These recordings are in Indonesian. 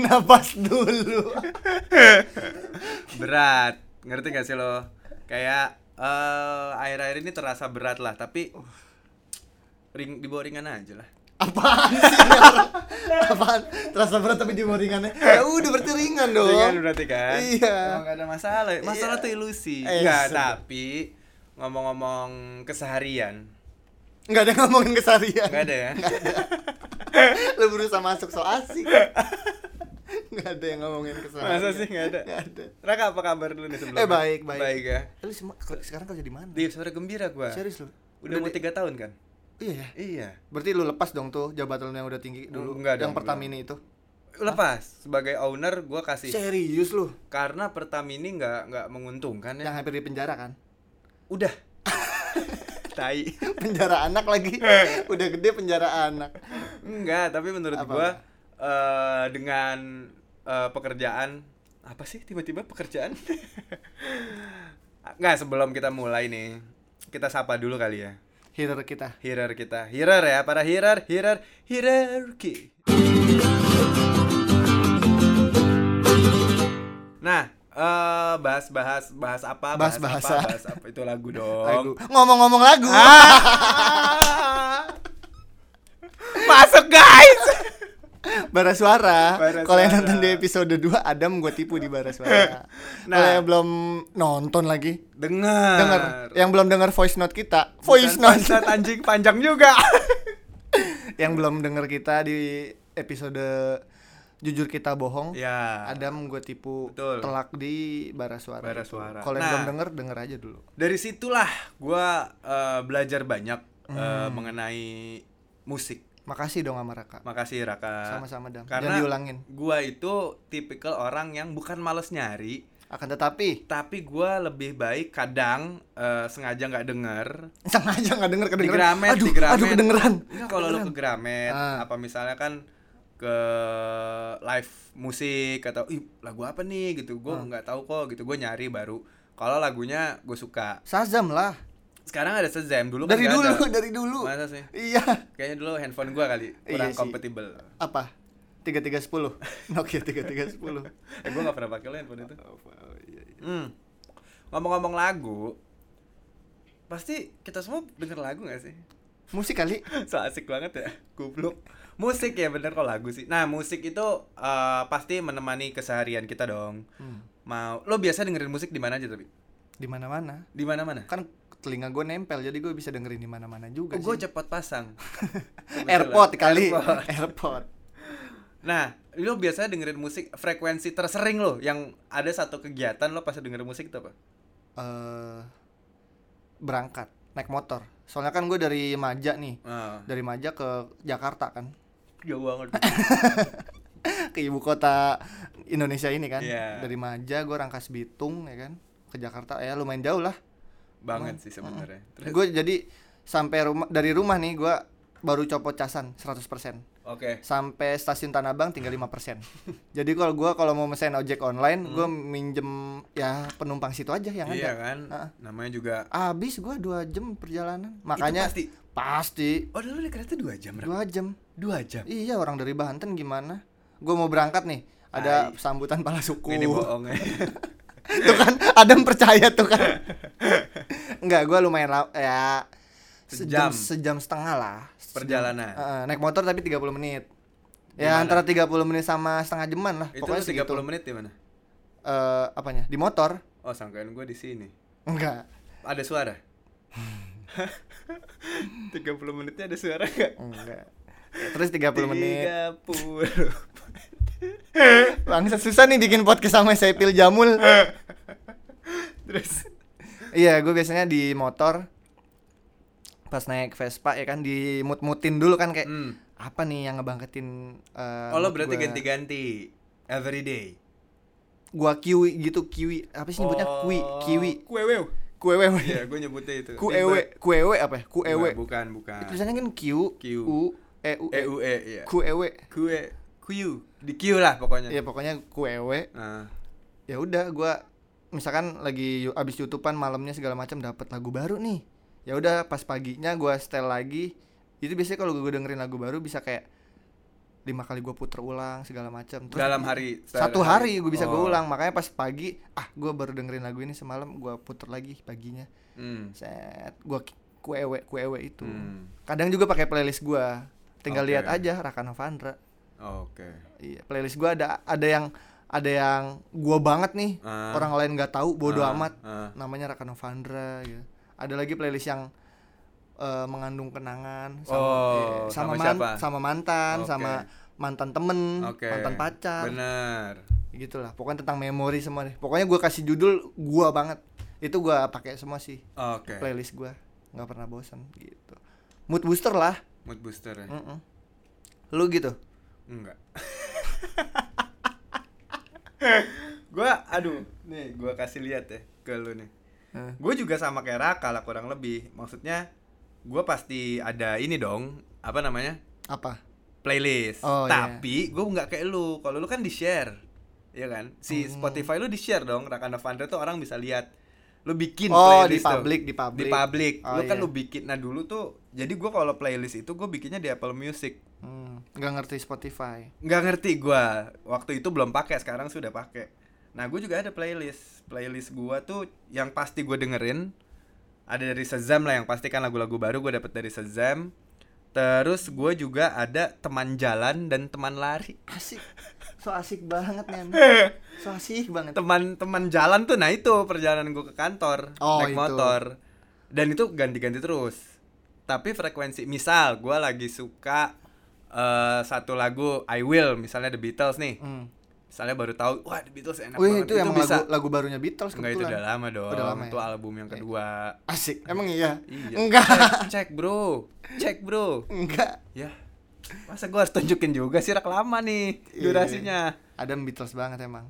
napas dulu berat ngerti gak sih lo kayak eh akhir-akhir ini terasa berat lah tapi ring dibawa ringan aja lah apaan sih Nara? apaan terasa berat tapi di bawah ringannya ya udah berarti ringan dong Ringan berarti kan Iya. Emang nggak ada masalah masalah Iya. tuh ilusi Eh, Nggak, sedap. tapi ngomong-ngomong keseharian nggak ada ngomongin kesarian nggak ada ya lu berusaha masuk so asik nggak ada yang ngomongin kesarian masa sih nggak ada nggak ada Raka apa kabar dulu nih eh sebelumnya baik baik baik ya Eh, lu sema- ke- sekarang kerja di mana di suara gembira gua serius lu udah mau di- tiga tahun kan iya ya iya berarti lu lepas dong tuh jabatan lu yang udah tinggi dulu Nggak yang Oh, dong, pertamina itu lepas sebagai owner gua kasih serius lu karena Pertamini nggak nggak menguntungkan ya yang hampir di penjara kan udah tai penjara anak lagi udah gede penjara anak enggak tapi menurut Apa? gua eh, dengan eh, pekerjaan apa sih tiba-tiba pekerjaan nggak sebelum kita mulai nih kita sapa dulu kali ya hero kita hirer kita hirer ya para hirer hirer hierarki nah eh, bahas bahas bahas apa Bahas bahasa. apa, bahas apa itu lagu dong lagu ngomong-ngomong lagu Ah. Masuk guys. bara suara Bara kalau yang Suara. nonton di episode 2 Adam gue tipu di bara suara Nah. kalau yang belum nonton lagi Dengar. denger yang belum denger voice note kita Ya, voice note Pantat anjing panjang juga. yang belum denger kita di episode jujur kita bohong ya. Adam gue tipu Betul. telak di bara suara Bara itu. Suara. kalau yang Nah. belum denger denger aja dulu Dari situlah gua eh, belajar banyak eh, Hmm. mengenai musik. makasih dong sama Raka Makasih Raka. Sama-sama, Dam. Jangan Nah. Karena diulangin. gua itu tipikal orang yang bukan males nyari, akan tetapi tapi gua lebih baik kadang eh, sengaja nggak denger sengaja nggak denger di kedengeran Gramet, Kan aduh di Gramet. aduh kedengeran Enggak, kalau lu ke Gramet, Ah. apa misalnya kan ke live musik atau ih lagu apa nih Ah. gitu, gue nggak tahu kok gitu, gue nyari baru. Kalau lagunya gue suka. Sazam lah Sekarang ada Shazam dulu kan dari nggak dulu ada. dari dulu Masa sih? iya Kayaknya dulu handphone gue kali kurang sih. compatible. apa tiga tiga sepuluh Nokia tiga tiga sepuluh Eh gue nggak pernah pakai lo handphone itu. Oh, iya, Hmm. Ngomong-ngomong lagu, pasti kita semua denger lagu gak sih? musik kali so asik banget ya goblok musik ya bener kok lagu sih nah musik itu eh, pasti menemani keseharian kita dong mau lo biasa dengerin musik di mana aja tapi Hmm, di mana mana di mana mana kan telinga gue nempel jadi gue bisa dengerin di mana mana juga gue sih Oh, cepet pasang Kebetulan. airport kali Airpod. airport nah lo biasa dengerin musik frekuensi tersering lo yang ada satu kegiatan lo pas denger musik itu apa eh berangkat naik motor soalnya kan gue dari Maja nih Ah, dari Maja ke Jakarta kan jauh banget ke ibu kota Indonesia ini kan Iya. dari Maja gue Rangkas Bitung ya kan ke Jakarta ya lumayan jauh lah banget sih sebenarnya Terus- gue jadi sampai rumah dari rumah nih gue baru copot casan 100% oke sampai stasiun Tanah Abang tinggal 5%. Jadi kalau gua kalau mau mesen ojek online, gua minjem ya penumpang situ aja yang Hmm. iya ada. kan Ah. namanya juga Abis gua 2 jam perjalanan. Makanya pasti. pasti oh dulu naik kereta dua jam Rak. 2 jam. dua jam Iya, orang dari Banten gimana? Gua mau berangkat nih. Ada Hai. sambutan pala suku. ini bohong ya tuh kan Adam percaya tuh kan. Enggak, gua lumayan la- ya Sejam. sejam sejam setengah lah. perjalanan Heeh, naik motor tapi 30 menit. Ya Gimana? antara 30 menit sama setengah jaman lah. Itu Pokoknya lu 30 segitu. menit di mana? Eh, apanya? Di motor? Oh, sangkaan gue di sini. Enggak. Ada suara. 30 menitnya ada suara enggak? Enggak. Terus 30 menit. 30. Bangsa susah nih bikin podcast sama Sepil Jamul. Terus iya, gue biasanya di motor pas naik Vespa ya kan dimut-mutin dulu kan kayak Hmm. apa nih yang ngebangketin eh, Oh, lo mood berarti gua?" ganti-ganti every day. gua kiwi gitu kiwi apa sih nyebutnya kiwi kiwi Kuewew. kuewe Oh, Iya, gue nyebutnya itu. kuewe kuewe apa ya kuewe Enggak, Bukan, bukan. itu tulisannya kan Q, Q. u e u e EUE, iya. kuewe Kue Kuyu. Di Q lah pokoknya. ya pokoknya kuewe Nah, ya udah gua misalkan lagi yu- abis youtubean malamnya segala macam dapat lagu baru nih ya udah pas paginya gua setel lagi itu biasanya kalau gue dengerin lagu baru bisa kayak lima kali gue puter ulang segala macam Terus Dalam hari satu hari gue bisa gue Oh. ulang makanya pas pagi ah gue baru dengerin lagu ini semalam gue puter lagi paginya Hmm. set gue kuewe kuewe itu Hmm. kadang juga pakai playlist gue tinggal Oke. lihat aja Raka Novandra Oke. iya playlist gue ada ada yang ada yang gue banget nih Ah. orang lain nggak tahu bodoh Ah, amat ah. namanya Raka Novandra gitu ada lagi playlist yang eh, mengandung kenangan sama Oh, iya, sama, sama man- siapa? sama mantan Oke. sama mantan temen Oke. mantan pacar Benar. gitulah pokoknya tentang memori semua deh pokoknya gue kasih judul gua banget itu gua pakai semua sih Oke. playlist gua nggak pernah bosan gitu mood booster lah Mood booster ya? Mm-mm. lu gitu Enggak. gua aduh, nih gua kasih lihat ya ke lu nih. Eh, Gue juga sama kayak Raka lah kurang lebih. Maksudnya gue pasti ada ini dong, apa namanya? apa playlist. Oh, Tapi gue nggak kayak lu. Kalau lu kan di share, ya kan? Si Oh. Spotify lu di share dong. Raka Novandra tuh orang bisa lihat. Lu bikin Oh, playlist di public, tuh. di public. Di public. Oh, lu kan iya. lu bikin. Nah dulu tuh, jadi gue kalau playlist itu gue bikinnya di Apple Music. Hmm, nggak ngerti Spotify Nggak ngerti gue. Waktu itu belum pakai, sekarang sudah pakai. Nah gue juga ada playlist. Playlist gue tuh yang pasti gue dengerin. Ada dari Shazam lah yang pasti kan lagu-lagu baru gue dapet dari Shazam. Terus gue juga ada teman jalan dan teman lari. asik so asik banget nih so asik banget teman-teman jalan tuh nah itu perjalanan gue ke kantor Oh, itu. naik motor dan itu ganti-ganti terus tapi frekuensi misal gue lagi suka eh, satu lagu I Will misalnya The Beatles nih Hmm. misalnya baru tahu wah The Beatles enak Wih banget itu, yang lagu, lagu barunya Beatles enggak itu udah kebetulan lama dong Udah lama itu ya? album yang kedua asik emang iya, iya enggak cek, cek bro cek bro enggak ya masa gue harus tunjukin juga sih rak lama nih Iya. durasinya ada Beatles banget emang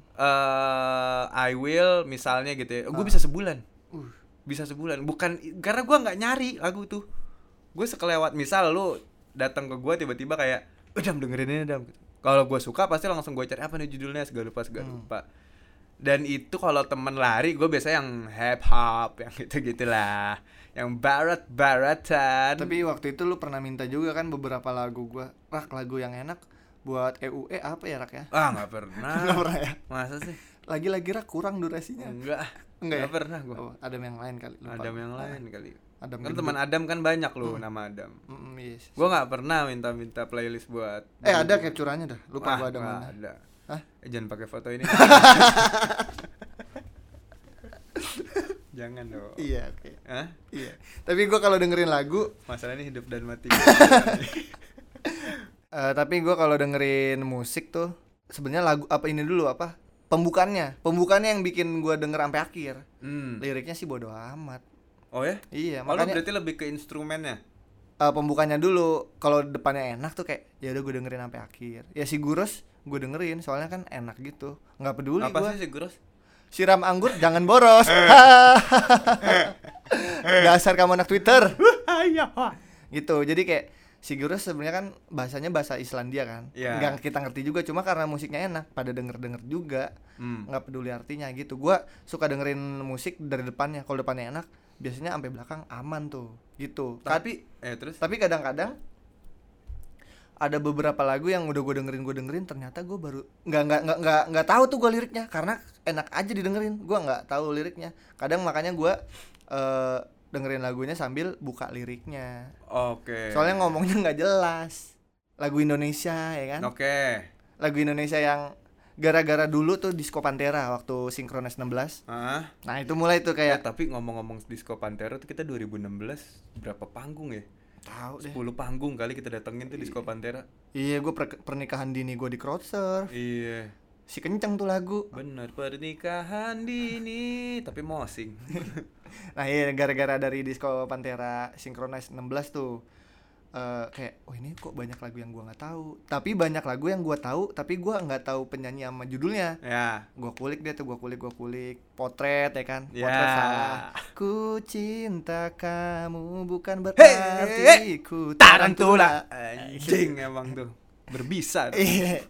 eh I will misalnya gitu ya. Ah. Gue bisa sebulan. Uh. Bisa sebulan. Bukan karena gua nggak nyari lagu tuh. Gue sekelewat misal lu datang ke gua tiba-tiba kayak udam dengerin ini dam. Kalau gua suka pasti langsung gue cari apa nih judulnya segala lupa segala Hmm. lupa. Dan itu kalau temen lari gue biasa yang hip hop yang gitu gitulah, yang barat baratan. Tapi waktu itu lu pernah minta juga kan beberapa lagu gua, Rak lagu yang enak buat EUE apa ya Rak ya? ah nggak pernah. Nggak pernah ya? Masa sih? Lagi-lagi Rak kurang durasinya. Enggak. Enggak ya? Nggak pernah gua. Oh, Adam yang lain kali lupa. Adam yang Ah, lain kali. Adam kan gendut. teman Adam kan banyak loh nama Adam. Mm, yes. Gua nggak pernah minta-minta playlist buat. Eh ada capturannya dah. Lupa Wah, gua ada nggak mana. Ada. Hah? Eh, jangan pakai foto ini. jangan dong. Iya, oke. Hah? Iya. Tapi gua kalau dengerin lagu Masalah ini hidup dan mati. eh, tapi gua kalau dengerin musik tuh sebenarnya lagu apa ini dulu apa? Pembukaannya. Pembukaannya yang bikin gua denger sampai akhir. hmm. Liriknya sih bodo amat. Oh ya? Iya, Oh, lu makanya berarti lebih ke instrumennya. Eh, pembukanya dulu kalau depannya enak tuh kayak ya udah gue dengerin sampai akhir ya si Gurus gue dengerin soalnya kan enak gitu nggak peduli gue Apa sih sih Gurus? siram anggur jangan boros Eh. dasar kamu anak Twitter Iya. gitu jadi kayak si Gurus sebenarnya kan bahasanya bahasa Islandia kan Iya. nggak kita ngerti juga cuma karena musiknya enak pada denger denger juga Hmm. nggak peduli artinya gitu gue suka dengerin musik dari depannya kalau depannya enak biasanya sampai belakang aman tuh gitu Kad- Tapi eh terus tapi kadang-kadang ada beberapa lagu yang udah gue dengerin gue dengerin ternyata gue baru nggak nggak nggak nggak nggak tahu tuh gue liriknya karena enak aja didengerin gue nggak tahu liriknya kadang makanya gue eh dengerin lagunya sambil buka liriknya Oke. soalnya ngomongnya nggak jelas lagu Indonesia ya kan Oke. lagu Indonesia yang gara-gara dulu tuh disco Pantera waktu sinkronis 16 Ah. nah itu mulai tuh Ya, kayak tapi ngomong-ngomong disco Pantera tuh kita 2016 berapa panggung ya? tahu deh 10 panggung kali kita datengin tuh disco Pantera. iya gue pernikahan dini gue di crowdsurf Iya. si kenceng tuh lagu Bener pernikahan dini tapi mosing. Nah iya gara-gara dari disco Pantera Synchronize 16 tuh eh kayak oh ini kok banyak lagu yang gua nggak tahu tapi banyak lagu yang gua tahu tapi gua nggak tahu penyanyi sama judulnya ya. gua kulik deh tuh gua kulik gua kulik potret ya kan Ya. potret salah ku cinta kamu bukan Hey, berarti hey, ku Tarantula anjing emang tuh berbisa. iya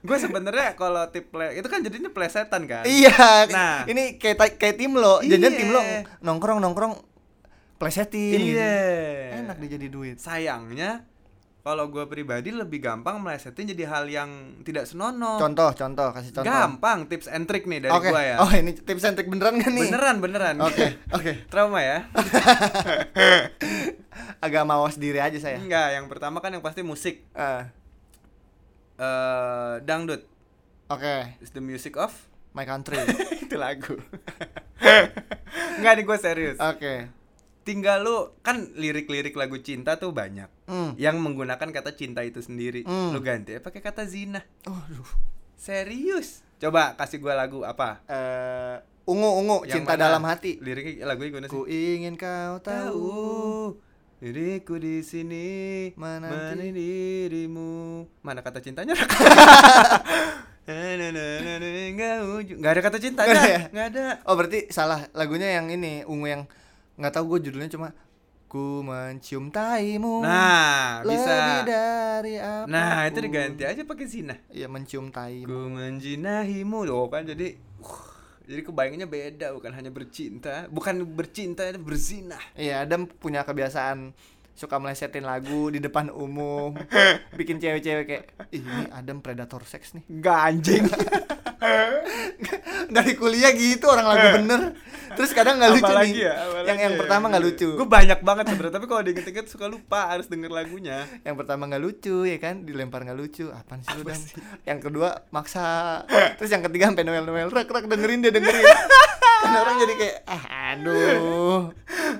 Gue sebenarnya kalau tip play itu kan jadinya plesetan kan. iya Nah. ini kayak ta- kayak tim lo jajan tim lo Iya. nongkrong nongkrong plesetin gitu. Iya. enak dia jadi duit Sayangnya kalau gue pribadi lebih gampang melesetin jadi hal yang tidak senonoh Contoh, contoh, kasih contoh. gampang tips and trick nih dari Oke. gue ya Oh, ini tips and trick beneran gak nih? beneran beneran Oke, oke. trauma ya Agak mawas diri aja saya. enggak yang pertama kan yang pasti musik Eh, eh dangdut oke, is the music of my country. itu lagu enggak nih gue serius Oke. tinggal lu kan lirik-lirik lagu cinta tuh banyak Hmm. yang menggunakan kata cinta itu sendiri Hmm. lu ganti ya pakai kata zina Aduh. serius coba kasih gue lagu apa Eh, ungu-ungu Yang cinta mana? dalam hati. liriknya lagunya gimana sih Ku ingin kau tahu tahu. diriku di sini Menanti. menanti dirimu mana kata cintanya Eh, nggak ujung- nggak ada kata cintanya Nggak ada ya? nggak ada Oh, berarti salah lagunya yang ini, ungu yang nggak tahu gue judulnya cuma ku mencium taimu. nah bisa Oh, lebih dari apa? nah itu diganti aja pakai zina Iya, mencium taimu. ku menjinahimu loh kan jadi uh, jadi kebayangannya beda bukan hanya bercinta bukan bercinta itu berzina Iya, Adam punya kebiasaan suka melesetin lagu di depan umum, bikin cewek-cewek kayak "Ih, ini Adam predator seks nih. nggak anjing Dari kuliah gitu orang lagu bener. Terus kadang nggak lucu Apalagi nih. ya, apalagi yang yang ya, pertama nggak lucu. Gue banyak banget sebenarnya tapi kalau diinget-inget suka lupa harus denger lagunya. Yang pertama nggak lucu ya kan, dilempar nggak lucu. Apaan sih lu, Dam? Yang kedua maksa. Terus yang ketiga sampai noel-noel rak-rak dengerin dia dengerin. kan orang jadi kayak ah aduh.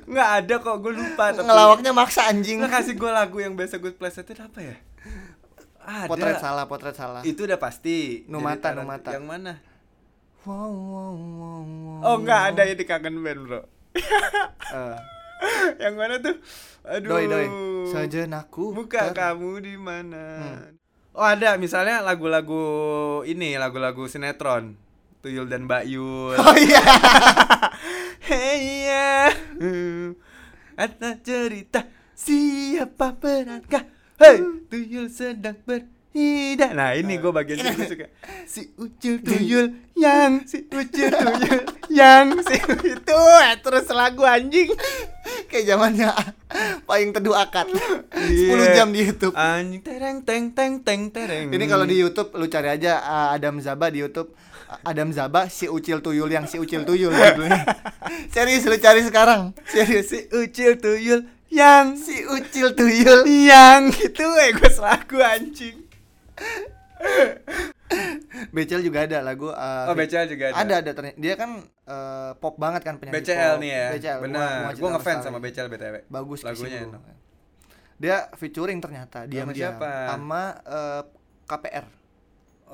Nggak ada kok gue lupa tapi Ngelawaknya maksa anjing. Nggak kasih gue lagu yang biasa gue plesetin apa ya? Ada. Potret salah, potret salah. Itu udah pasti. Numata, Jadi Tarant- Numata. Yang mana? Wow, wow, wow, wow. Oh nggak ada yang di kangen band bro. Eh. yang mana tuh? Aduh. Doi doi Sejenaku Buka ter- kamu di mana? kan. Oh ada misalnya lagu-lagu ini lagu-lagu sinetron. Tuyul dan Mbak Yul. Oh iya Hey ya, atas cerita siapa perankah? Hey, tuyul sedang berhidang. Nah ini gue bagian situ suka. Si ucil tuyul yang, si ucil tuyul yang, si itu eh, terus lagu anjing. Kayak zamannya Payung Teduh Akad 10 Iya. jam di Youtube Anjing tereng teng teng teng tereng. Ini kalau di Youtube Lu cari aja uh, Adam Zaba di Youtube Uh, Adam Zaba Si Ucil Tuyul Yang Si Ucil Tuyul judulnya Serius lu cari sekarang Serius si ucil tuyul yang, Si Ucil Tuyul yang gitu eh gue selaku anjing. Becel juga ada lagu uh, Oh BCL juga ada. Ada ada ternyata. Dia kan uh, pop banget kan penyanyi BCL pop. nih ya. BCL Bunga- Bunga Benar. Gue Citra ngefans Lestari. sama BCL BTW. bagus ke lagunya situ. enak. dia featuring ternyata diam diam siapa? sama eh, KPR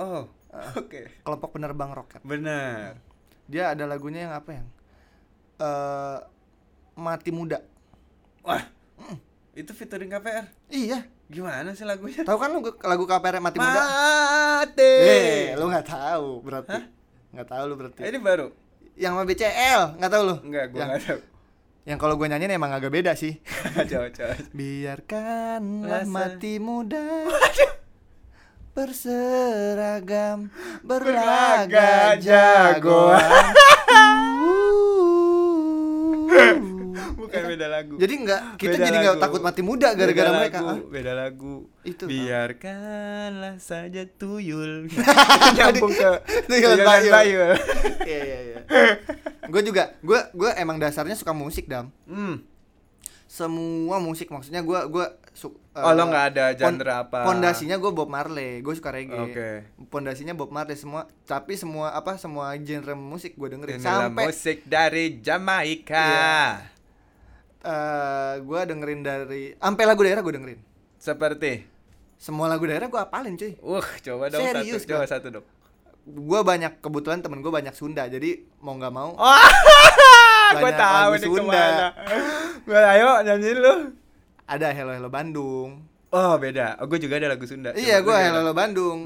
Oh, Ah. oke. kelompok penerbang roket Benar. dia ada lagunya yang apa yang eh mati muda Wah. Itu featuring KPR. iya Gimana sih lagunya? tahu kan lu ke- lagu KPR yang mati muda Mati. eh lu nggak tahu berarti nggak tahu lu berarti Eh, Ini baru. yang sama BCL nggak tahu lu Enggak, gua yang, enggak tahu. yang kalau gue nyanyiin emang agak beda sih Coba coba. Biarkanlah Rasa. mati muda Berseragam Berlaga Berlaga jagoan jagoan. Wuh. Bukan beda lagu. Jadi nggak kita Beda jadi nggak lagu. takut mati muda gara-gara Beda mereka lagu, ah. Beda lagu. Itu, ah. Biarkanlah saja tuyul. Nyambung ke Tuyul tuyul Bayul. Bayul. Iya iya iya Gue juga gue gue emang dasarnya suka musik dam Hmm. semua musik maksudnya gue gue su- eh, Oh, lo nggak ada pon- genre apa? Pondasinya gue Bob Marley, gue suka reggae. Oke. Pondasinya Bob Marley semua, tapi semua apa semua genre musik gue dengerin Inilah sampai musik dari Jamaika. Iya. gue eh, dengerin dari sampai lagu daerah gue dengerin. Seperti Semua lagu daerah gue apalin cuy. Uh, coba dong Serius, satu, coba gua. satu dong. Gue banyak kebetulan temen gue banyak Sunda, jadi mau nggak mau Ah, Banyak gue tahu lagu nih Sunda. kemana. Gue ayo nyanyiin lu. ada Hello Hello Bandung. Oh beda. Oh, gue juga ada lagu Sunda. Iya, gue Hello Coba Hmm. lu nyanyi. Hello Bandung.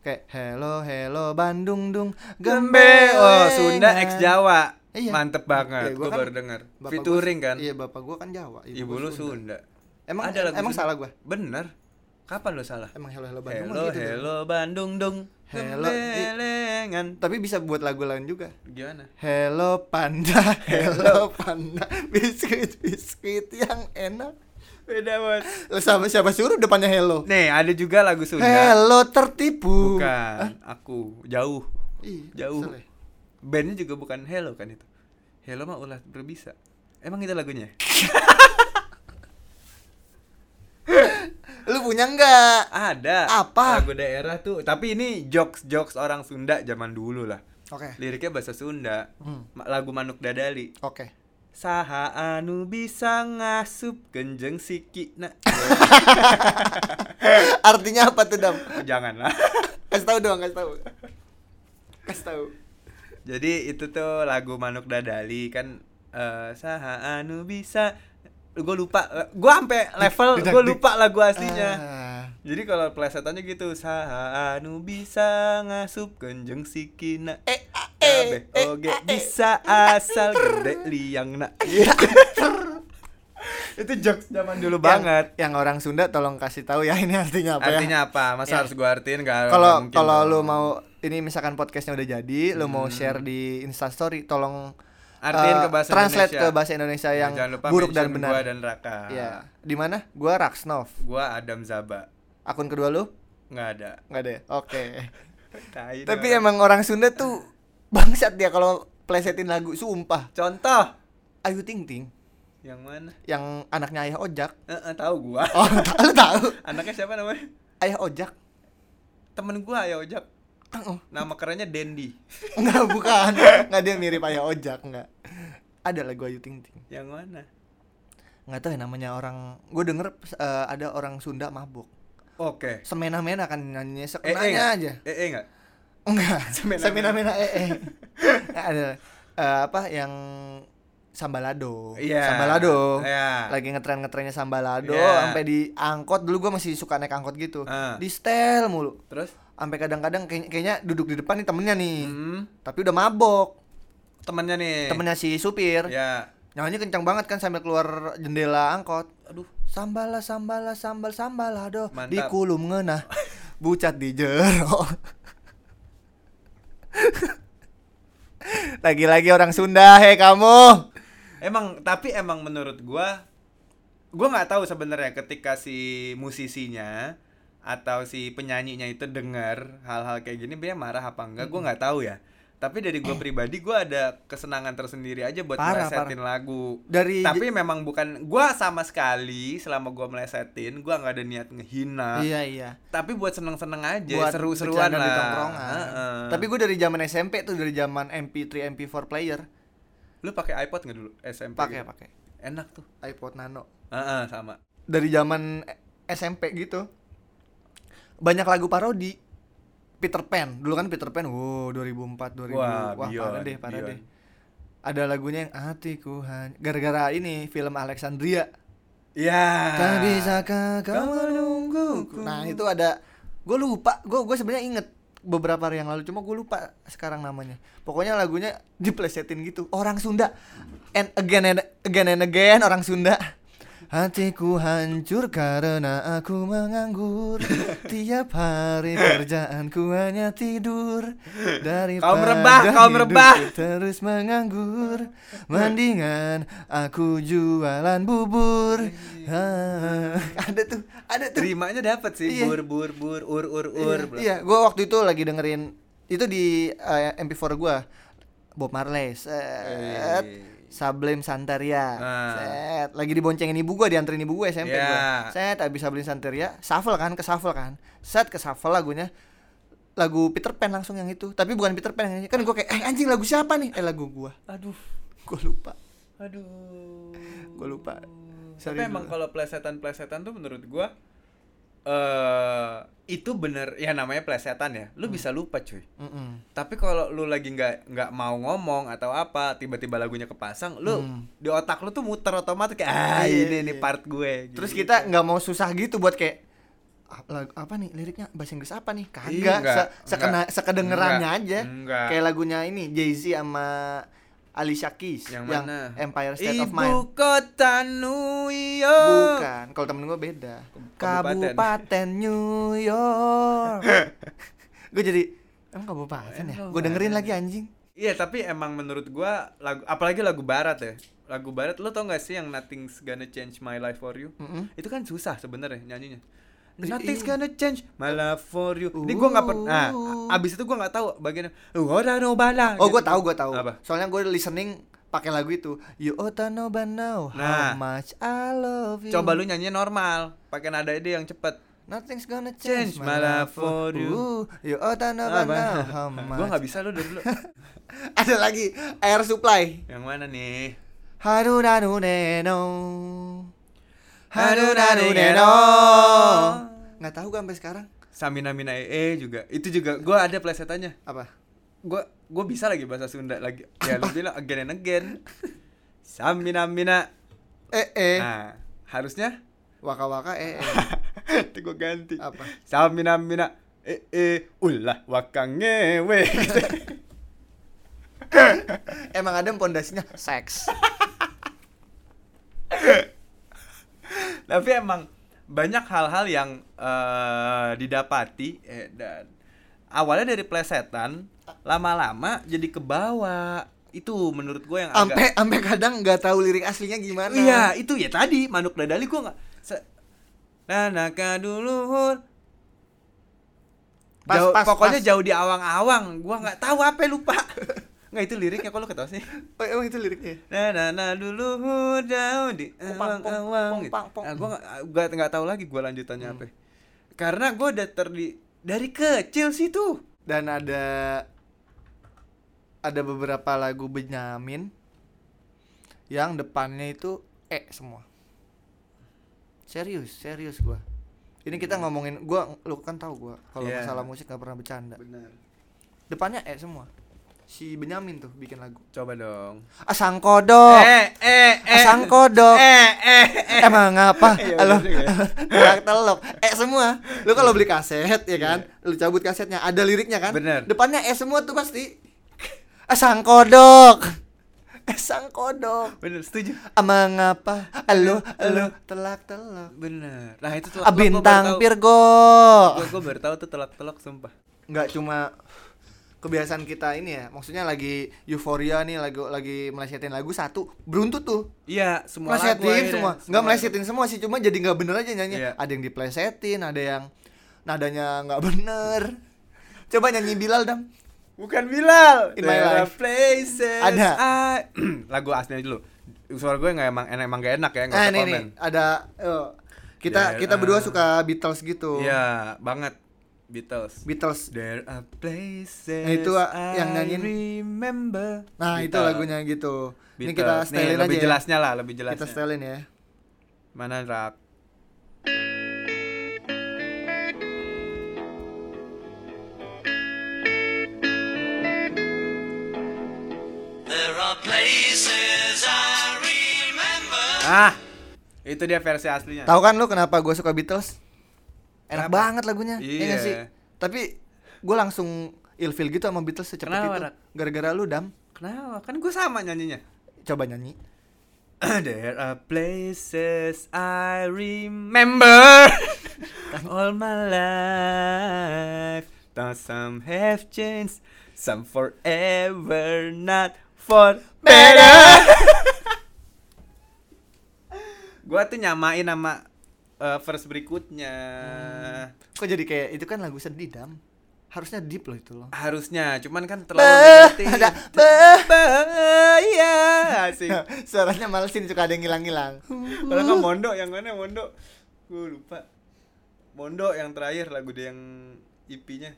Kayak Hello Hello Bandung dung Gembe. Oh Sunda gembelengan." ex Jawa. Iya. Mantep Iya, banget. gua gue kan- baru denger. Bapak gua- Featuring kan. Iya, bapak gue kan Jawa. Ibu gua lu Sunda. Emang Ada lagu emang Sunda. salah gue. Bener. Kapan lu salah? Emang Hello Hello Bandung mah Hello, gitu tuh. hello Bandung dong. Hello, i- Gembelengan. Tapi bisa buat lagu lain juga. Gimana? Hello panda, hello panda, biskuit biskuit yang enak. Beda bos. Lah, sama siapa suruh depannya hello Nih ada juga lagu Sunda. hello tertipu Bukan aku jauh. Ih, Jauh. salah ya? Bandnya juga bukan Hello kan itu. Hello mah ulah berbisa. Emang itu lagunya? lu punya nggak Ada. Apa? Lagu daerah tuh. Tapi ini jokes jokes orang Sunda zaman dulu lah. oke Liriknya bahasa Sunda. Hmm. Ma- Lagu Manuk Dadali. oke Saha anu bisa ngasup genjeng siki Nah, na. artinya apa tuh dam Janganlah. kasih tahu doang kasih tahu kasih tahu Jadi itu tuh lagu Manuk Dadali kan eh saha anu bisa gue lupa gue sampai level Dik, dik, gue dik. lupa lagu aslinya Ah. jadi kalau plesetannya gitu saha anu bisa ngasup genjeng sikina eh ah, eh Kabe oge bisa asal gede liang na itu jokes zaman dulu Iya. banget yang, yang orang Sunda tolong kasih tahu ya ini artinya apa ya artinya apa masa Ya. harus gue artiin gak kalau mungkin eh, kalau dong. lu mau ini misalkan podcastnya udah jadi lu mau share di Instastory tolong Artiin eh, ke bahasa translate Indonesia. Iya, ke bahasa Indonesia yang Jangan lupa buruk dan mention benar gua dan Raka ya di mana gua Raksnov gua Adam Zaba akun kedua lu nggak ada nggak ada ya? oke Tai tapi dong. emang orang Sunda tuh bangsat dia kalau plesetin lagu sumpah contoh Ayu Ting Ting yang mana yang anaknya ayah ojak eh eh, tahu gua oh lu tahu anaknya siapa namanya ayah ojak temen gua ya ojak nama kerennya Dendi Oh. Enggak bukan Enggak dia mirip ayah ojak enggak ada lagu Ayu Ting Ting yang mana nggak tahu ya namanya orang gue denger eh, ada orang Sunda mabuk oke semena-mena kan nyanyinya eh eh sekenanya nggak? aja eh eh nggak enggak Semena-mena. semena-mena eh eh Nah, ada eh, apa yang sambalado Iya. sambalado Iya. lagi ngetren ngetrennya sambalado Iya. sampai di angkot dulu gue masih suka naik angkot gitu Ah. di setel mulu terus sampai kadang-kadang kayaknya, kayaknya duduk di depan nih temennya nih hmm, Eh. tapi udah mabok temennya nih temennya si supir ya Nyanyinya kencang banget kan sambil keluar jendela angkot. aduh Sambala sambala sambal sambala do Mantap. di kulum ngeunah. Bucat di jero. Lagi-lagi orang Sunda, hei kamu. emang tapi emang menurut gua gua nggak tahu sebenarnya ketika si musisinya atau si penyanyinya itu dengar hal-hal kayak gini dia marah apa enggak gua nggak tahu ya tapi dari gua pribadi gua ada kesenangan tersendiri aja Eh. buat Parah, Iya, melesetin lagu Dari tapi memang bukan gua sama sekali selama gua melesetin gua nggak ada niat ngehina Iya iya. tapi buat seneng-seneng aja Buat ya, seru-seruan bercanda lah di tongkrongan. Heeh. Tapi gue dari zaman SMP tuh dari zaman MP3 MP4 player lu pakai iPod nggak dulu SMP pakai gitu? pakai enak tuh iPod Nano. Heeh, sama Dari zaman SMP gitu. Banyak lagu parodi. Peter Pan, dulu kan Peter Pan, wow 2004 2000. Wah, parah Beyond, deh, parah Beyond. deh. Ada lagunya yang hatiku hanya gara-gara ini film Alexandria. Ya. Tak bisakah kau Kau menungguku. Nah, itu ada gue lupa, gue gue sebenarnya inget beberapa hari yang lalu cuma gue lupa sekarang namanya. Pokoknya lagunya diplesetin gitu. Orang Sunda. And again and again and again orang Sunda. Hatiku hancur karena aku menganggur Tiap hari kerjaanku hanya tidur Dari Kaum rebah, kaum rebah. Terus menganggur Mendingan aku jualan bubur Ah, Iya. Ada tuh, ada tuh Terimanya dapat sih. Iya. Bur bur bur ur ur ur. Iya, Iya, gue waktu itu lagi dengerin Itu di eh, MP4 gue Bob Marley set, Eh. Sublime Santeria Ah. set, Lagi diboncengin ibu gue, dianterin ibu gue SMP Iya. gua. Set, abis Sublime Santeria Shuffle kan, ke shuffle kan Set, ke shuffle lagunya Lagu Peter Pan langsung yang itu Tapi bukan Peter Pan yang ini Kan gue kayak, eh anjing lagu siapa nih? Eh lagu gue Aduh, Gue lupa aduh. Gua lupa. Sorry Tapi emang dulu. kalau plesetan-plesetan tuh menurut gua eh itu bener ya namanya plesetan ya. Lu Hmm. bisa lupa cuy. Mm-mm. Tapi kalau lu lagi nggak nggak mau ngomong atau apa, tiba-tiba lagunya kepasang, lu Hmm. di otak lu tuh muter otomatis kayak ah Iya, ini nih iya. part gue. Terus gitu. kita nggak mau susah gitu buat kayak "Ah, lagu apa nih liriknya bahasa Inggris apa nih? Kagak, Iya, nggak, se- sekena nggak. sekedengerannya Nggak, aja. nggak. Kayak lagunya ini Jay-Z sama Alicia Keys yang, mana? Empire State Ibu of Mind. kota New York. Bukan, kalau temen gue beda. Kabupaten. Kabupaten New York. gue jadi emang kabupaten ya? Emang Gue dengerin kabupaten lagi anjing. Iya tapi emang menurut gua lagu apalagi lagu barat ya lagu barat lo tau gak sih yang nothing's gonna change my life for you Mm-mm. itu kan susah sebenarnya nyanyinya Iya. Nothing's gonna change my love for you. Ini gue nggak pernah. Nah, a- abis itu gue nggak tahu bagian. Ora no bala. Oh, gitu. gue tahu, gue tahu. Apa? Soalnya gue listening pakai lagu itu. You oughta know by now Nah. how much I love you. Gitu. Coba lu nyanyi normal, pakai nada ide yang cepet. Nothing's gonna Change change, my my love for you. you oh, oughta know by now how much. Gue Ah, nggak bisa lu dari dulu. Ada lagi Air Supply. yang mana nih? Harunanuneno. Harunanuneno. Nggak tahu gue sampai sekarang. Samina mina e, e juga. Itu juga. Gue ada plesetannya. Apa? Gue gue bisa lagi bahasa Sunda lagi. Ya lu bilang again and again. Samina mina. Eh eh. Nah, harusnya Waka waka eh eh. Itu gue ganti Apa? Samina mina Eh eh Ulah wakange we Emang ada pondasinya seks. Tapi emang Banyak hal-hal yang eh, Didapati eh, dan Awalnya dari plesetan Lama-lama jadi kebawa Itu menurut gue yang agak Ampe ampe kadang nggak tahu lirik aslinya gimana. Iya itu ya tadi Manuk dadali gue gak se- Nanaka duluhur Pas, Jauh- pas, pokoknya pas. jauh di awang-awang gua nggak tahu apa lupa nggak itu liriknya kok lo ketawa sih Oh, emang itu liriknya. Nah, nah, nah, dulu jauh di Kupang, pong, pong, awang-awang gitu. pang, pong. Nah, gue nggak nggak tahu lagi gue lanjutannya apa. Karena gue udah terdi dari kecil sih tuh. Dan ada ada beberapa lagu Benyamin yang depannya itu e semua. Serius, serius gua. Ini kita ngomongin gua lu kan tahu gua kalau Hmm. Iya. masalah musik gak pernah bercanda. Benar. Depannya e semua. Si Benyamin tuh bikin lagu. Coba dong. Asang kodok. Eh, eh, eh. Asang kodok. Eh, eh, eh. Emang apa? Iya, Lo bener juga ya. telak telok. Eh semua. Lu kalau beli kaset ya kan, lu cabut kasetnya ada liriknya kan? Bener. Depannya eh semua tuh pasti. Eh sang kodok. Eh sang kodok. Ah, Bener, setuju. Emang apa? Elu elu Elu. telak telok. Bener. Nah, itu Ah, Bintang Virgo. Gue gue baru tahu tuh telak-telak sumpah. Nggak cuma kebiasaan kita ini ya. Maksudnya lagi euforia nih lagi lagi melesetin lagu satu beruntut tuh. Iya, semua lagu melesetin akhirnya. semua nggak melesetin semua sih cuma jadi nggak bener aja nyanyi Iya. ada yang diplesetin ada yang nadanya nggak bener coba nyanyi Bilal dam Eh, Bukan Bilal. In my There are life. places Ada. I... lagu aslinya dulu. Suara gue nggak emang emang gak enak ya nggak nah usah ini nih komen. ada eh, kita There kita berdua are- suka Beatles gitu Iya banget Beatles. Beatles There are places Nah, itu, ah, yang nyanyiin. I remember. nah itu Beatles. lagunya gitu ini Beatles. kita setelin lebih aja ya. jelasnya lah, lebih jelasnya. kita setelin ya Mana rak? There are places I remember. Ah, itu dia versi aslinya. tahu kan lu kenapa gue suka Beatles enak Kenapa? banget lagunya iya Iya. nggak sih tapi gue langsung ilfil gitu sama Beatles secepat Kenapa, itu Rak? gara-gara lu dam Kenapa? Kan gue sama nyanyinya. coba nyanyi There are places I remember all my life. Though some have changed, some forever, not for better. Gua tuh nyamain sama uh, verse berikutnya. Hmm. Kok jadi kayak itu kan lagu sedih dam Harusnya deep loh itu loh Harusnya, cuman kan terlalu Bah, negatif. ada bah. Bah, ya, asik. Suaranya malesin suka ada yang hilang-hilang Kalau nggak Mondo kan yang mana Mondo? Gue lupa. Mondo yang terakhir lagu dia yang IP-nya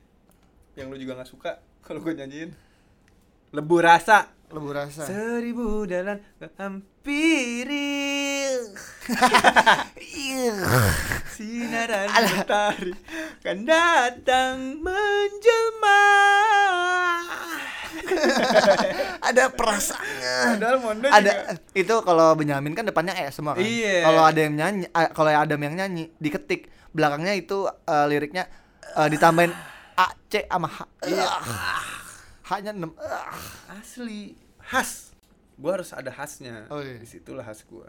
yang lu juga nggak suka kalau gue nyanyiin. Lebu rasa. Lebu rasa Seribu dalan hampiri Ih. sinaran Alah. matahari kan datang menjelma. Ada perasaannya Padahal Mondo juga- ada itu kalau Benyamin kan depannya E semua kan. Iya. Kalau ada yang nyanyi a- kalau ada yang nyanyi diketik belakangnya itu eh, liriknya eh, ditambahin A C sama H. Iya. H-nya 6. asli khas gue harus ada khasnya Oh, iya. disitulah khas gue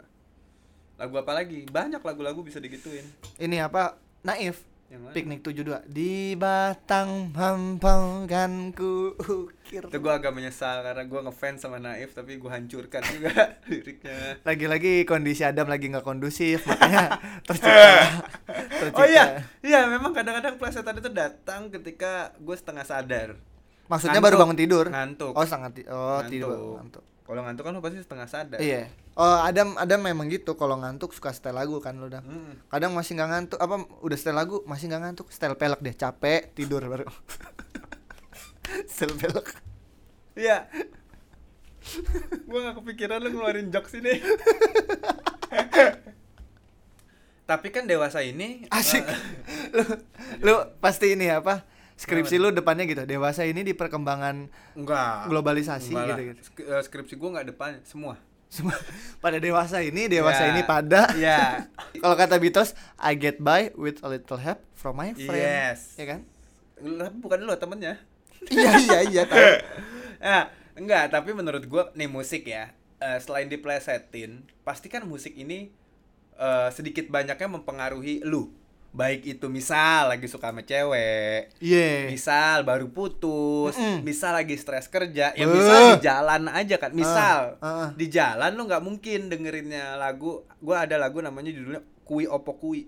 lagu apa lagi banyak lagu-lagu bisa digituin Ini apa? Naif. Yang mana? Piknik 72 Di batang hampangan ku ukir Itu gue agak menyesal karena gue ngefans sama Naif tapi gue hancurkan juga liriknya. Lagi-lagi kondisi Adam lagi nggak kondusif Makanya tercipta iya. Oh iya, iya memang kadang-kadang plesetan itu datang ketika gue setengah sadar. Maksudnya baru Ngantuk. bangun tidur Ngantuk. Oh sangat ti- Oh tidur ngantuk Kalau ngantuk kan lu pasti setengah sadar. Iya Oh Adam Adam memang gitu Kalau ngantuk suka setel lagu kan lo Dam Mm. Kadang masih nggak ngantuk Apa udah setel lagu Masih nggak ngantuk Setel pelek deh Capek tidur baru Setel pelek Iya. gua gak kepikiran lu ngeluarin jokes ini. Tapi kan dewasa ini Asik. eh, lu, lu pasti ini apa? Skripsi lu depannya gitu. Dewasa ini di perkembangan enggak. globalisasi Enggak lah. gitu-gitu. Sk- eh, skripsi gua nggak depan semua. Semua pada dewasa ini, dewasa Ya. ini pada Ya. Kalau kata Beatles, I get by with a little help from my friend. Yes. Ya kan? Lu- tapi bukan lu temennya. iya iya iya tahu. Nah, enggak, tapi menurut gua nih musik ya. eh, selain diplesetin, pasti kan musik ini eh, sedikit banyaknya mempengaruhi lu. Baik itu misal lagi suka sama cewek, Iya. misal baru putus, Mm-mm. misal lagi stres kerja, ya Eh. misal di jalan aja kan. Misal ah, ah. di jalan lo nggak mungkin dengerinnya lagu. Gua ada lagu namanya judulnya Kui Opo Kui.